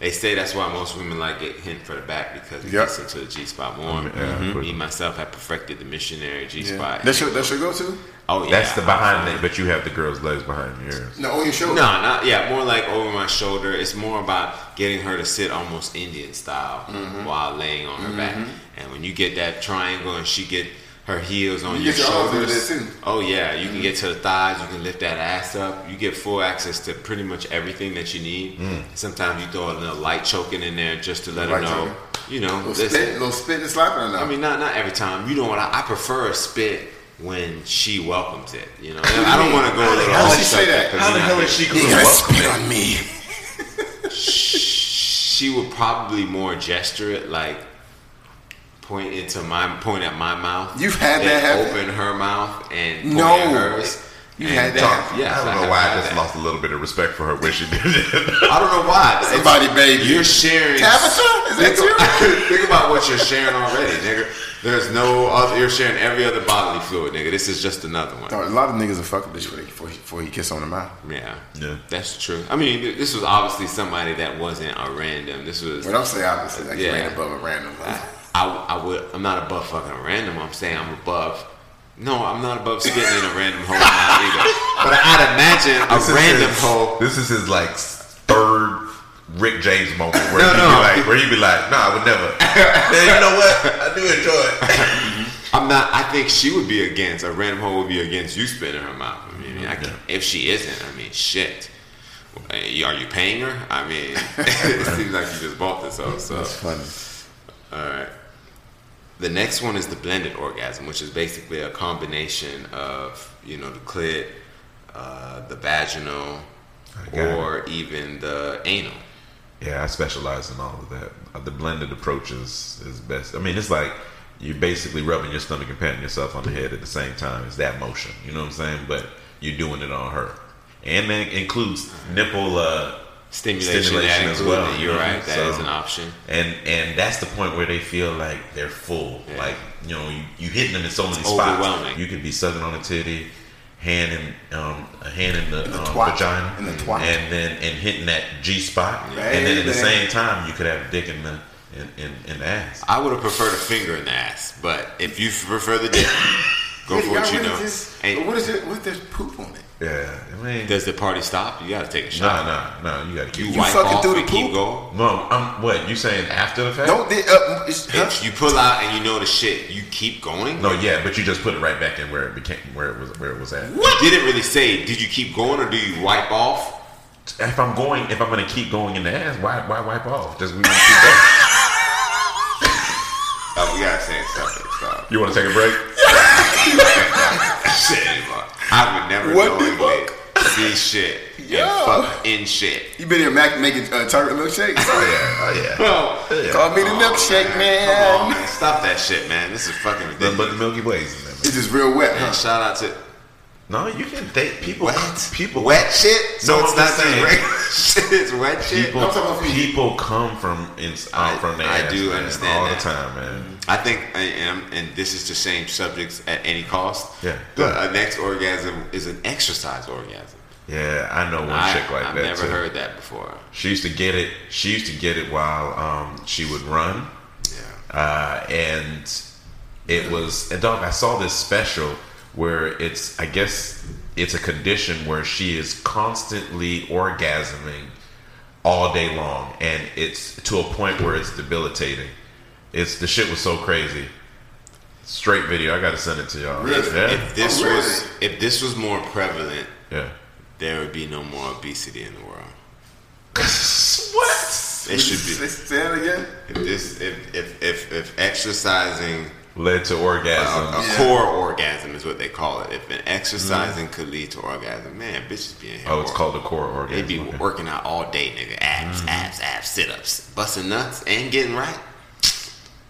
They say that's why most women like it hint for the back because it
Yep.
gets into the G spot more.
Yeah, but-
Me myself have perfected the missionary G spot.
That's your that's your go-to.
Oh yeah,
That's the behind thing, but you have the girl's legs behind yours.
No, on your shoulder.
No, not yeah. More like over my shoulder. It's more about getting her to sit almost Indian style
Mm-hmm.
while laying on her back. And when you get that triangle and she get her heels on
You
your
get your arms under
shoulders,
there, too. Mm-hmm.
oh yeah, you can get to the thighs. You can lift that ass up. You get full access to pretty much everything that you need. Sometimes you throw a little light choking in there just to let her
Mm. Light
know,
choking.
you know,
Little
listen,
spit, little spit and slapping or not.
I mean, not not every time. You know what? I, I prefer a spit when she welcomes it. You know, I don't want to go. How the
hell did she say that?
How the hell is she going
you
to
gotta
welcome
spit
it?
on me.
she would probably more gesture it like point into my point at my mouth.
You've had
then
that happen?
Open her mouth and point
No.
at hers.
You
And
had that
talk.
happen?
Yes,
I don't
have
know why I
had
just
that.
lost a little bit of respect for her when she *laughs* did it.
I don't know why. It's-
Somebody bathe you.
You're sharing.
Tabitha, is that you?
Think about *laughs* what you're sharing already, nigga. There's no other. You're sharing every other bodily fluid, nigga. This is just another
*laughs*
one.
No, a lot of niggas are fucking this way before he, before he kiss on the mouth.
Yeah.
Yeah.
That's true. I mean, th- this was obviously somebody that wasn't a random. This was.
But I'm saying obviously, like
Yeah.
you ain't above a random. Like,
I, I would. I'm not above fucking random. I'm saying I'm above. No, I'm not above spitting in a random hole now either. But I'd imagine a
This is
random
his-
hole.
Oh, This is his like third Rick James moment where
No,
he
no.
be like, where he be like, nah, I
*laughs*
would never. Man, you know what? I do enjoy it.
I'm not. I think she would be against a random hole. Would be against you spitting in her mouth. I mean, I can't, if she isn't, I mean, shit. Hey, Are you paying her? I mean, *laughs* it seems like you just bought this hoe. So
funny.
The next one is the blended orgasm, which is basically a combination of you know the clit, uh, the vaginal,
I got
or even the anal.
Yeah, I specialize in all of that. Uh, The blended approach is, is best. I mean, it's like you're basically rubbing your stomach and patting yourself on the head at the same time. It's that motion. You know what I'm saying? But you're doing it on her. And that includes nipple uh,
Stimulation,
Stimulation
that
as
included,
well,
You're
yeah.
right. That is
So-
an option.
and and that's the point where they feel like they're full.
Yeah.
Like you know, you, you hitting them in so many
It's
spots.
overwhelming.
You could be sucking on a titty, hand in um, a hand in the, um,
twat.
vagina,
In the twat.
and then and hitting that G spot, and then at the
Baby.
same time you could have dick in the in, in, in the
Uh,
ass.
I would have preferred a finger in the ass, but if you prefer the dick, go for
Really,
what
y'all
you
really
know.
just-
Hey,
but what is it? What if there's poop on it?
Yeah, I mean,
does the party stop? You gotta take a
no,
shot.
no, no. You gotta keep.
You,
You
wipe
fucking
off
through the
and keep
poop?
going.
no, I'm what you saying after the fact?
Don't they, uh, it's, huh?
If you pull out and you know the shit, you keep going.
No, yeah, but you just put it right back in where it became where it was where it was at.
You didn't really say. Did you keep going or do you wipe off?
If I'm going, if I'm gonna keep going in the ass, why why wipe off? Just we wanna keep going.
Oh, we gotta say something. So. *laughs*
You want to take a break?
shit. I would never
What
go
the
in with this shit
Yeah.
and fuck in shit.
you been here Mac making uh, turtle milkshake? *laughs*
*laughs* Oh yeah.
Bro,
Call me the milkshake
come on,
man.
man. Stop that shit, man. This is fucking
But,
ridiculous.
but the Milky Way's in there. Man. *clears throat*
It's just real wet,
Man,
huh?
shout out to
No, you can date people.
Wet,
People.
wet shit. So
No,
it's
I'm
not just
just saying.
regular *laughs* shit. It's wet shit.
People,
I'm talking about you.
people come from in,
I-
out from their
I
ass,
do
man,
understand
all
that. Mm-hmm.
the time, man.
I think, and, and- and this is to change subjects at any cost.
Yeah.
The uh, next orgasm is an exercise orgasm.
Yeah, I know one
I,
chick like
I've
that
never
too.
heard that before.
She used to get it. She used to get it while um, she would run,
Yeah.
uh, and it was. And dog, I saw this special where it's. I guess it's a condition where she is constantly orgasming all day long, and it's to a point where it's debilitating. It's the shit was so crazy. Straight video. I gotta send it to y'all.
Really?
Yeah.
If this
Oh, really?
was if this was more prevalent,
Yeah.
there would be no more obesity in the world.
what?
It should be.
Say that again.
If this if if if, if exercising
Led to orgasm.
a, a
Yeah.
core orgasm is what they call it. If an exercising could lead to orgasm, man, bitches be in here.
Oh, it's
working.
called a core orgasm.
They be
Okay.
working out all day, nigga. Abs, abs, abs, sit ups, busting nuts, and getting right.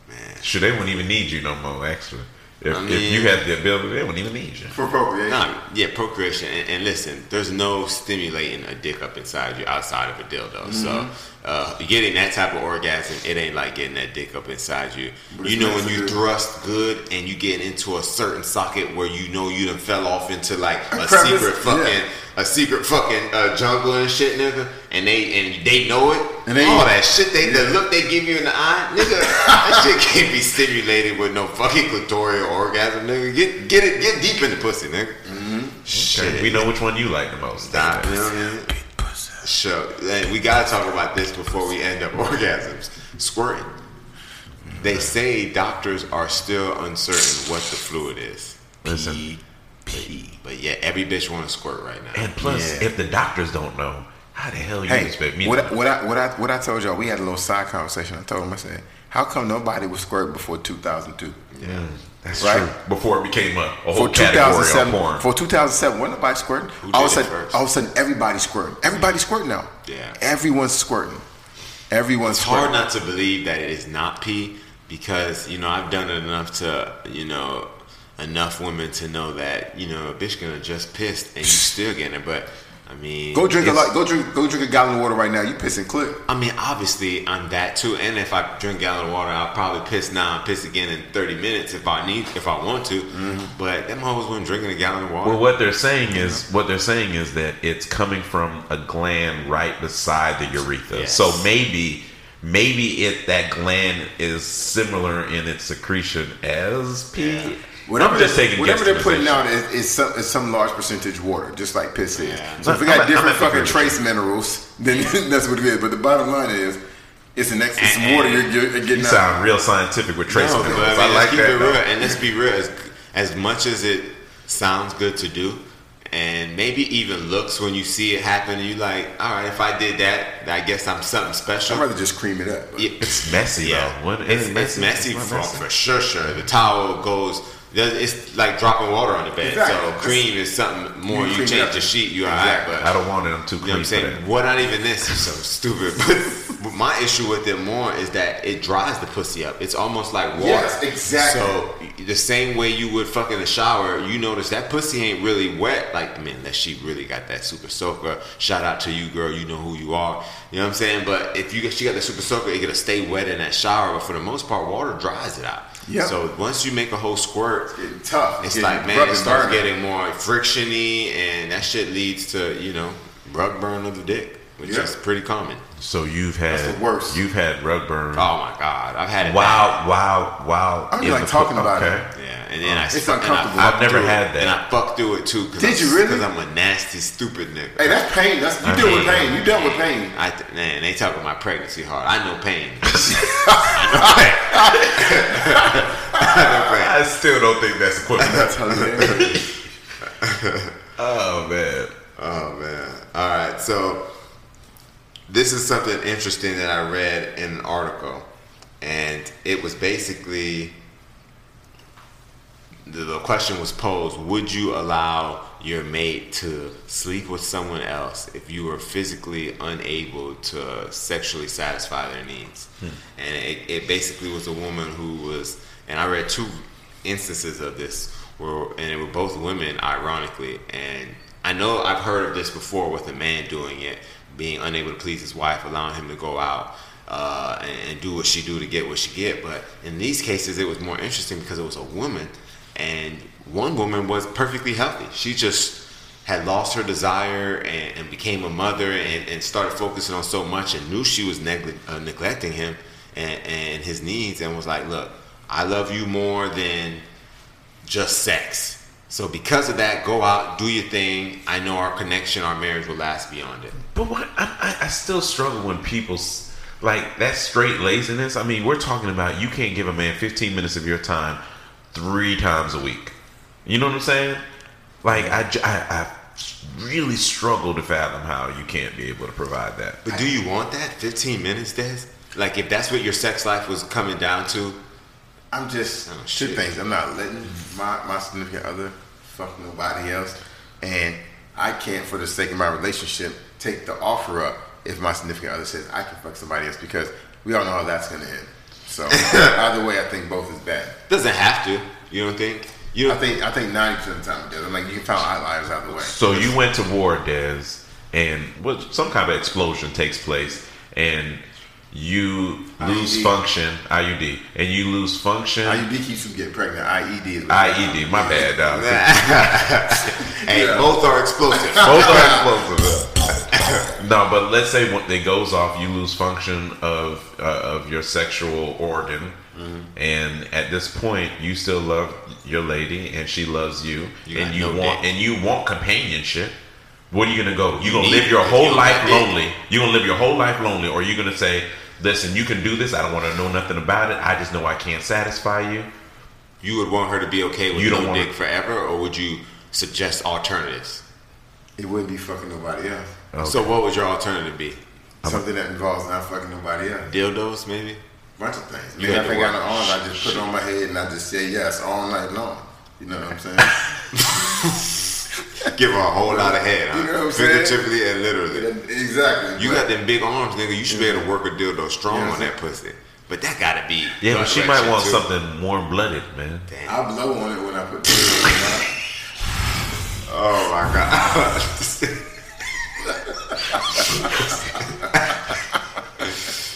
Man,
Sure, they wouldn't even need you no more, actually. If,
I
if you
mean-
had the ability, they wouldn't even need you.
For appropriation.
nah, yeah, procreation. And, and listen, there's no stimulating a dick up inside you outside of a dildo. So,
Mm-hmm.
uh, getting that type of orgasm, it ain't like getting that dick up inside you.
But
you
it's
know
nice
when
to
you
do.
thrust good and you get into a certain socket where you know you done fell off into like a
crevice,
secret
yeah.
fucking a secret fucking uh, jungle and shit, nigga. And they and they know it.
And they-
all that shit. They the look they give you in the eye, nigga. that shit can't be stimulated with no fucking clitoral orgasm, nigga. Get get it get deep in the pussy, nigga. Shit,
Okay, we know which one you like the most.
Stop. You know what I mean? Sure. And we gotta talk about this before we end up *laughs* orgasms. Squirting. They say doctors are still uncertain what the fluid is.
Listen.
P. But yeah, every bitch wanna squirt right now.
And plus,
Yeah.
if the doctors don't know, how the hell you expect me
Hey, what
to
I, what I what I what I told y'all? We had a little side conversation. I told him I said, "How come nobody was squirt before 2002?
Yeah, that's
Right.
true. Before it became a, a whole
For
category of
2007,
porn.
for 2007, wasn't nobody squirting.
Who
All of a
did it
sudden,
first?
all of a sudden, everybody's squirting. Everybody's squirting now.
Yeah.
everyone's squirting. Everyone's
It's
squirting.
hard not to believe that it is not pee because you know I've done it enough to you know enough women to know that you know a bitch gonna just piss and you still getting it. But I mean,
Go drink a
it's-
lot. Go drink. Go drink a gallon of water right now. You pissing clear.
I mean, obviously I'm that too. And if I drink gallon of water, I'll probably piss now and piss again in 30 minutes if I need if I want to. But them hoes wasn't drinking a gallon of water.
Mm-hmm. Well, what they're saying is what they're saying is that it's coming from a gland right beside the urethra.
Yes.
So maybe maybe it that gland is similar in its secretion as pee.
Yeah.
Whatever
I'm just
they-
taking
whatever they're putting
guesstimations.
out is, is, some, is some large percentage water, just like piss is.
Yeah.
So if we
I'm
got
a- I'm
different
a-
fucking trace minerals, then *laughs* that's what it is. But the bottom line is, it's an ex- it's some water you're, you're getting
Eh, You
out.
sound real scientific with trace
No,
minerals.
but I,
I
mean,
like
let's keep
that.
it real.
though.
And let's be real. As, as much as it sounds good to do, and maybe even looks when you see it happen, and you like, all right, if I did that, I guess I'm something special.
I'd rather just cream it up.
Yeah.
It's messy
Yeah,
though. What-
it's, it's messy,
It's
for,
not messy.
for sure. Sure, the towel goes. It's like dropping water on the bed.
Exactly.
So cream is something more.
You
You,
clean it
change
up.
the sheet, you're
Exactly.
all right. But
I don't want it. I'm too
you know
clean
what I'm
for
saying?
that.
What? Not even this is so stupid. *laughs* But my issue with it more is that it dries the pussy up. It's almost like water.
Yes, exactly.
So the same way you would fuck in the shower, you notice that pussy ain't really wet. Like, I mean, that she really got that super soaker. Shout out to you, girl. You know who you are. You know what I'm saying? But if you she got that super soaker, it gonna stay wet in that shower. But for the most part, water dries it out.
Yeah.
So once you make a whole squirt,
Getting tough.
it's
Getting
like man,
rubbing
it starts
burn.
getting more frictiony, and that shit leads to you know rug burn of the dick, which
Yeah.
is pretty common.
So you've had
the worst.
You've had rug burn.
Oh my god, I've had it.
Wow! Wow! Wow!
I don't
is
like
the-
talking about it.
bad. Yeah, and then I
It's
and I
uncomfortable.
fucked
I've never
through it,
had that.
and I fucked through it too. Cause
Did
I'm,
you really?
Because I'm a nasty, stupid nigga.
Hey, that's pain. That's you deal with pain. You dealt with
*laughs*
pain.
I th- man, they talking my pregnancy hard. I
*laughs*
know pain. I know pain.
I still don't think that's equivalent.
That's hilarious.
*laughs* oh man!
Oh man. All right. So this is something interesting that I read in an article, and it was basically the, the question was posed: Would you allow your mate to sleep with someone else if you were physically unable to sexually satisfy their needs? And it, it basically was a woman who was, and I read two instances of this. were and we're both women, ironically. And I know I've heard of this before with a man doing it, being unable to please his wife, allowing him to go out uh, and, and do what she do to get what she get. But in these cases, it was more interesting because it was a woman, and one woman was perfectly healthy. She just had lost her desire and, and became a mother and, and started focusing on so much and knew she was negli- uh, neglecting him and, and his needs and was like, look, I love you more than just sex. So because of that, go out, do your thing. I know our connection, our marriage will last beyond it.
But what, I, I, I still struggle when people s- like that straight laziness. I mean, we're talking about you can't give a man 15 minutes of your time three times a week. You know what I'm saying? Like I, j- I- I really struggle to fathom how you can't be able to provide that.
But do you want that? 15 minutes, Des? Like if that's what your sex life was coming down to,
I'm just
Oh,
two
shit.
things. I'm not letting my, my significant other fuck nobody else, and I can't, for the sake of my relationship, take the offer up if my significant other says I can fuck somebody else because we all know how that's gonna end.
*laughs*
So either way, I think both is bad.
doesn't have to. You don't think? You
I
don't
think I think 90 percent of the time it does. I'm like you can find outliers either way.
So you went to war, Des, and what some kind of explosion takes place, and you lose
IED.
function IUD, and you lose function
IUD keeps you from getting pregnant. IED is what-
E
IED. My bad, dog.
Hey, both are explosive.
*laughs*
*laughs*
Both are explosive. *laughs* no, but let's say when it goes off, you lose function of uh, of your sexual organ,
Mm-hmm.
and at this point, you still love your lady, and she loves you,
You
and
got
you
no
want
dick.
and you want companionship. What are you gonna go? You gonna
need-
live your
you
whole
don't
life
got dick.
lonely? You gonna live your whole life lonely, or you gonna say, "Listen, you can do this. I don't want to know nothing about it. I just know I can't satisfy you."
You would want her to be okay with
You don't
no
want
dick forever, or would you suggest alternatives?
It wouldn't be fucking nobody else.
So, what would your alternative be?
Something that involves not fucking nobody else.
Dildos, maybe.
bunch of things.
You
You
had
I
to
think on
work.
the arms, I just put it on my head and I just say yes all night long. You know what I'm saying?
Give her a whole lot of head.
You know what I'm saying?
Figuratively and literally.
exactly.
You
but-
got them big arms, nigga. You should be able to work a dildo strong
Yeah.
on that pussy. But that gotta be.
Yeah, but
gut
she might
wrenching,
want
too.
something warm blooded, man.
I blow on it when I put it
Oh my god.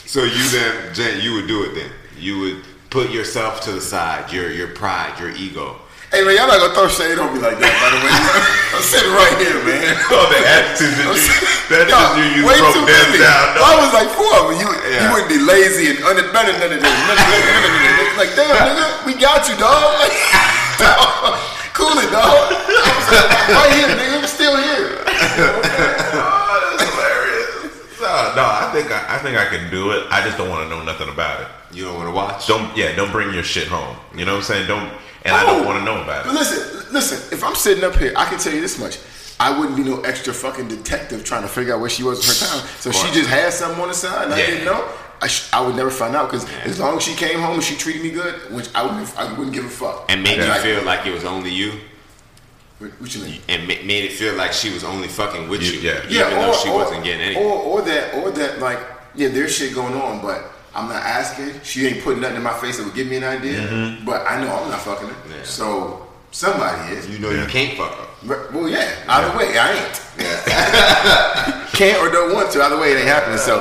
so you then, Jen, you would do it then. You would put yourself to the side, your your pride, your *laughs* ego.
on. Hey man, y'all not gonna throw shade on me like that, by the way. I'm sitting right here, man.
Oh, the attitude that that
Y'all way too many. I was like four of them. You, you
Yeah.
wouldn't be lazy and under none of none of this. None of this, none of this. Like damn, nigga, we got you, dog. Like, dog, cool it, dog. I'm right here, nigga. I'm still here.
Oh, that's hilarious. No, no, I think I, I think I can do it. I just don't want to know nothing about it.
You don't want to watch.
Don't yeah, don't bring your shit home. You know what I'm saying? Don't and I don't
Oh.
want to know about
But
it.
listen, listen. If I'm sitting up here, I can tell you this much: I wouldn't be no extra fucking detective trying to figure out where she was in her time. So she
Right.
just had something on the side, and I
Yeah.
didn't know. I, sh- I would never find out because as long as she came home and she treated me good, which I wouldn't, I wouldn't give a fuck.
And make you
Like,
feel like it was only you,
What, what you mean?
and ma- made it feel like she was only fucking with
You-
you,
yeah.
even though she wasn't getting anything.
Or, or that, or that, like, yeah, there's shit going on, but I'm not asking. She ain't putting nothing in my face that would give me an idea. But I know I'm not fucking her.
Mm-hmm. Yeah.
So somebody is.
you know
Yeah.
you can't fuck her.
Right, Well, yeah. Either way, I ain't. *laughs* Can't or don't want to. Either way, it ain't happening. So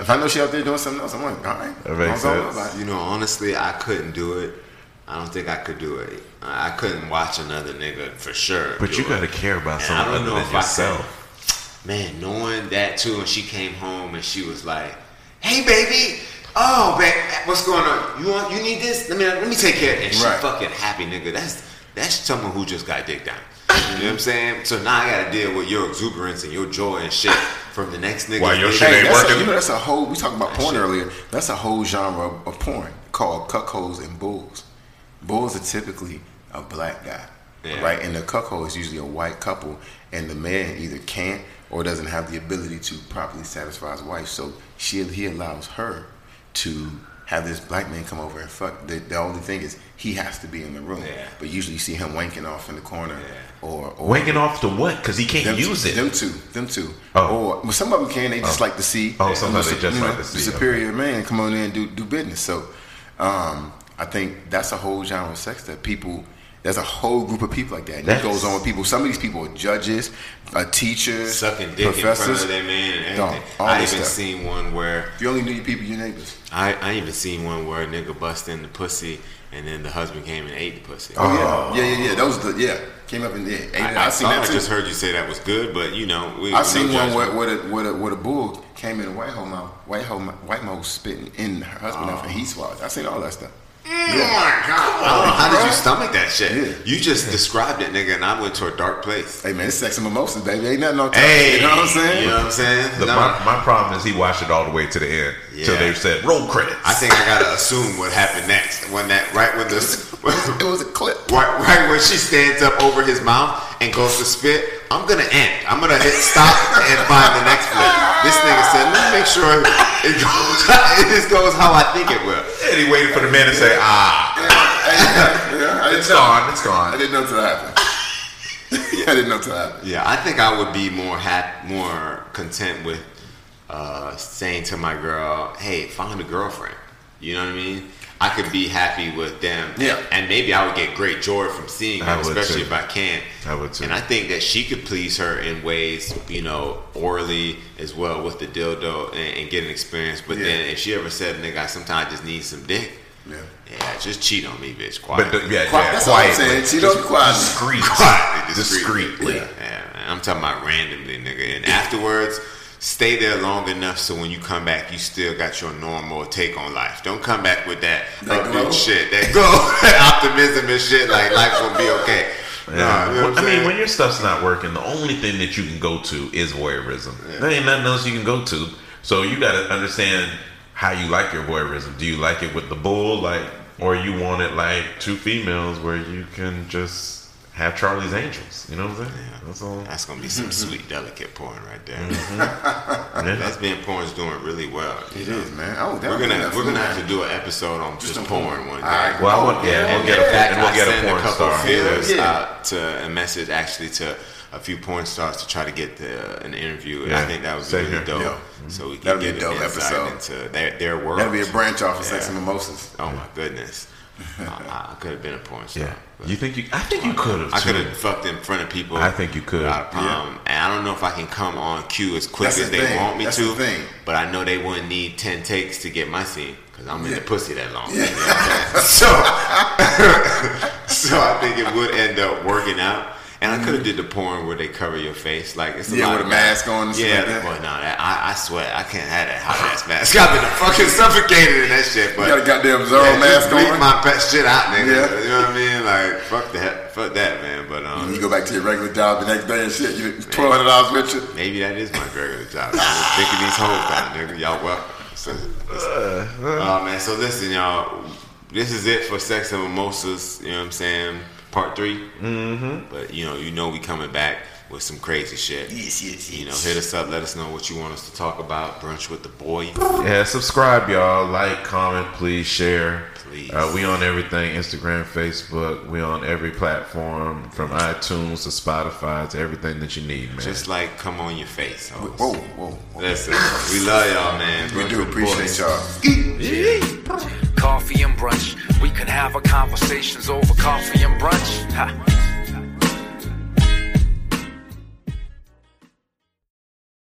if I know she out there doing something else, I'm like, all right.
Ah. That makes
I'm all
sense.
about it.
You know, honestly, I couldn't do it. I don't think I could do it. I I couldn't watch another nigga for sure.
But
do
you
it.
gotta care about
And
something other
if
than
I could-
yourself.
man, knowing that too, and she came home and she was like, "Hey, baby, oh, babe, what's going on? You want, you need this? Let me, let me take care." of it." And she
Right.
fucking happy, nigga. That's that's someone who just got dick down. You know what I'm saying? So now I gotta deal with your exuberance and your joy and shit from the next nigga.
While your shit
Hey,
ain't
that's a,
working.
you know, that's a whole. We talked about porn earlier. That's a whole genre of- of porn called cuckolds and bulls. Bulls are typically a black guy,
Yeah.
right? And the cuckold is usually a white couple, and the man either can't or doesn't have the ability to properly satisfy his wife. So she he allows her to have this black man come over and fuck. The, the only thing is he has to be in the room.
Yeah.
But usually you see him wanking off in the corner
Yeah.
or, or
Wanking off to what? Because he can't
them
use
two,
it.
Them two, them two.
Oh.
Or well, some of them can. They just like to see.
Oh,
you
sometimes
know,
they just
you know,
like to see,
the superior man come on in and do do business. So, um, I think that's a whole genre of sex that people There's a whole group of people like that. And
That's-
it goes on with people. Some of these people are judges, uh, teachers,
Sucking dick in front
professors.
of their man and
No,
everything.
all
I even
this stuff.
seen one where
You only knew your people, your neighbors.
I, I even seen one where a nigga bust in the pussy and then the husband came and ate the pussy.
Oh, yeah, yeah, yeah, yeah. Those the yeah came up in the end.
I,
I,
I,
seen
thought
that
I
too.
just heard you say that was good, but you know, we,
I
no
seen one
judgment.
where, where, the, where, the, where the bull came in a white hole mouth, white hole, mou- white mouth spitting in her husband after he swallowed. I seen all that stuff.
Oh my god! How did you
bruh.
stomach that shit?
Yeah.
You just described it, nigga, and I went to a dark place.
Hey man, it's sex and mimosas, baby. Ain't nothing on top.
Hey,
you know what I'm saying?
You know what I'm saying?
The,
No.
my, my problem is he watched it all the way to the end till
Yeah.
they said roll credits.
I think I gotta assume what happened next. When that right when
*laughs*
the
It was a clip.
Right, right when she stands up over his mouth and goes to spit, I'm gonna end. I'm gonna hit stop and find the next flip. This nigga said, "Let me make sure it goes. *laughs* It just goes how I think it will."
and he waited for the man to say ah,
Hey, yeah, I didn't
it's
know.
gone, it's
I
gone.
didn't know till it happened. *laughs* yeah, I didn't know till it happened.
Yeah, I think I would be more hap- more content with uh, saying to my girl, "Hey, find a girlfriend." You know what I mean? I could be happy with them.
Yeah.
And maybe I would get great joy from seeing
I
them,
would
especially
too.
if I can.
I would too.
And I think that she could please her in ways, you know, orally as well with the dildo and, and get an experience. But
Yeah.
then if she ever said, "Nigga, I sometimes just need some dick,"
Yeah.
yeah, just cheat on me, bitch. Quiet.
But the, yeah,
Quiet,
yeah,
that's all I'm
quiet,
saying. She don't quiet.
discreet,
Quietly, discreetly.
discreetly.
Yeah.
Yeah, man, I'm talking about randomly, nigga. And afterwards, stay there long enough so when you come back, you still got your normal take on life. Don't come back with that
That
upbeat
glow?
shit, that go *laughs* optimism and shit. Like life will be okay. Nah, you know what
I
I'm
mean,
saying?
when your stuff's not working, the only thing that you can go to is voyeurism. There ain't nothing else you can go to. So you got to understand how you like your voyeurism. Do you like it with the bull, like, or you want it like two females where you can just have Charlie's Angels? You know what I'm saying?
*laughs*
That's all.
that's gonna be some
Mm-hmm.
sweet, delicate porn right there.
Mm-hmm. Yeah.
Lesbian porn's doing really well.
It is, man. Oh, that
We're
was
gonna
enough.
we're gonna have to do an episode on just,
on
porn,
porn.
one day.
All right,
Well, I want, yeah,
Yeah,
we'll get a
In fact,
and we'll
I
get
sent
a porn
couple
star.
feelers
Yeah.
out to a message actually to a few porn stars to try to get the, uh, an interview. And I
Yeah.
think that would be
Same
really
here.
dope.
Yeah.
So we can
That'd be
get
a dope
an insight
episode.
into their, their world.
That'd be a branch off of sex and mimosas.
oh my
*laughs*
goodness, I, I could have been a porn star.
Yeah,
but
you think you? I think you could have.
I could have fucked in front of people.
I think you could.
without a problem. And I don't know if I can come on cue as quick
That's
as
the
they
thing.
want me
That's
to.
the thing.
But I know they wouldn't need ten takes to get my scene because I'm in the
Yeah.
pussy that long. you know what I'm
*laughs*
saying? so, *laughs* so I think it would end up working out. And I could have did the porn where they cover your face, like it's a
Mm. Yeah,
lot
with a
of
mask on and shit
Yeah,
like that.
boy, no, that, I, I swear I can't have that hot ass mask. *laughs* I've been fucking suffocated in that shit. But
You got a goddamn Zorro
yeah,
mask
just bleep
on.
my pet shit out, nigga.
Yeah.
You know what I mean? Like, fuck that, fuck that, man. But
And
um,
you go back to your regular job the next day and shit. You twelve hundred dollars with you.
maybe that is my regular job. I'm just thinking these hoes out, nigga. Y'all welcome. So,
Uh-huh.
uh, man. So listen, y'all. This is it for Sex and Mimosas. You know what I'm saying? Part 3 Mm-hmm. But you know, you know, we coming back with some crazy shit.
Yes, yes,
You know, hit us up. Let us know what you want us to talk about. Brunch with the boys.
Yeah, subscribe, y'all. Like, comment, please share.
Please.
Uh, we on everything Instagram, Facebook. We on every platform from iTunes to Spotify to everything that you need, man.
Just like come on your face. hoes.
Whoa, whoa, whoa.
Listen, we love y'all, man.
We
Brunch
do
with the
appreciate
boys.
y'all.
coffee and brunch. We can have our conversations over coffee and brunch. Ha.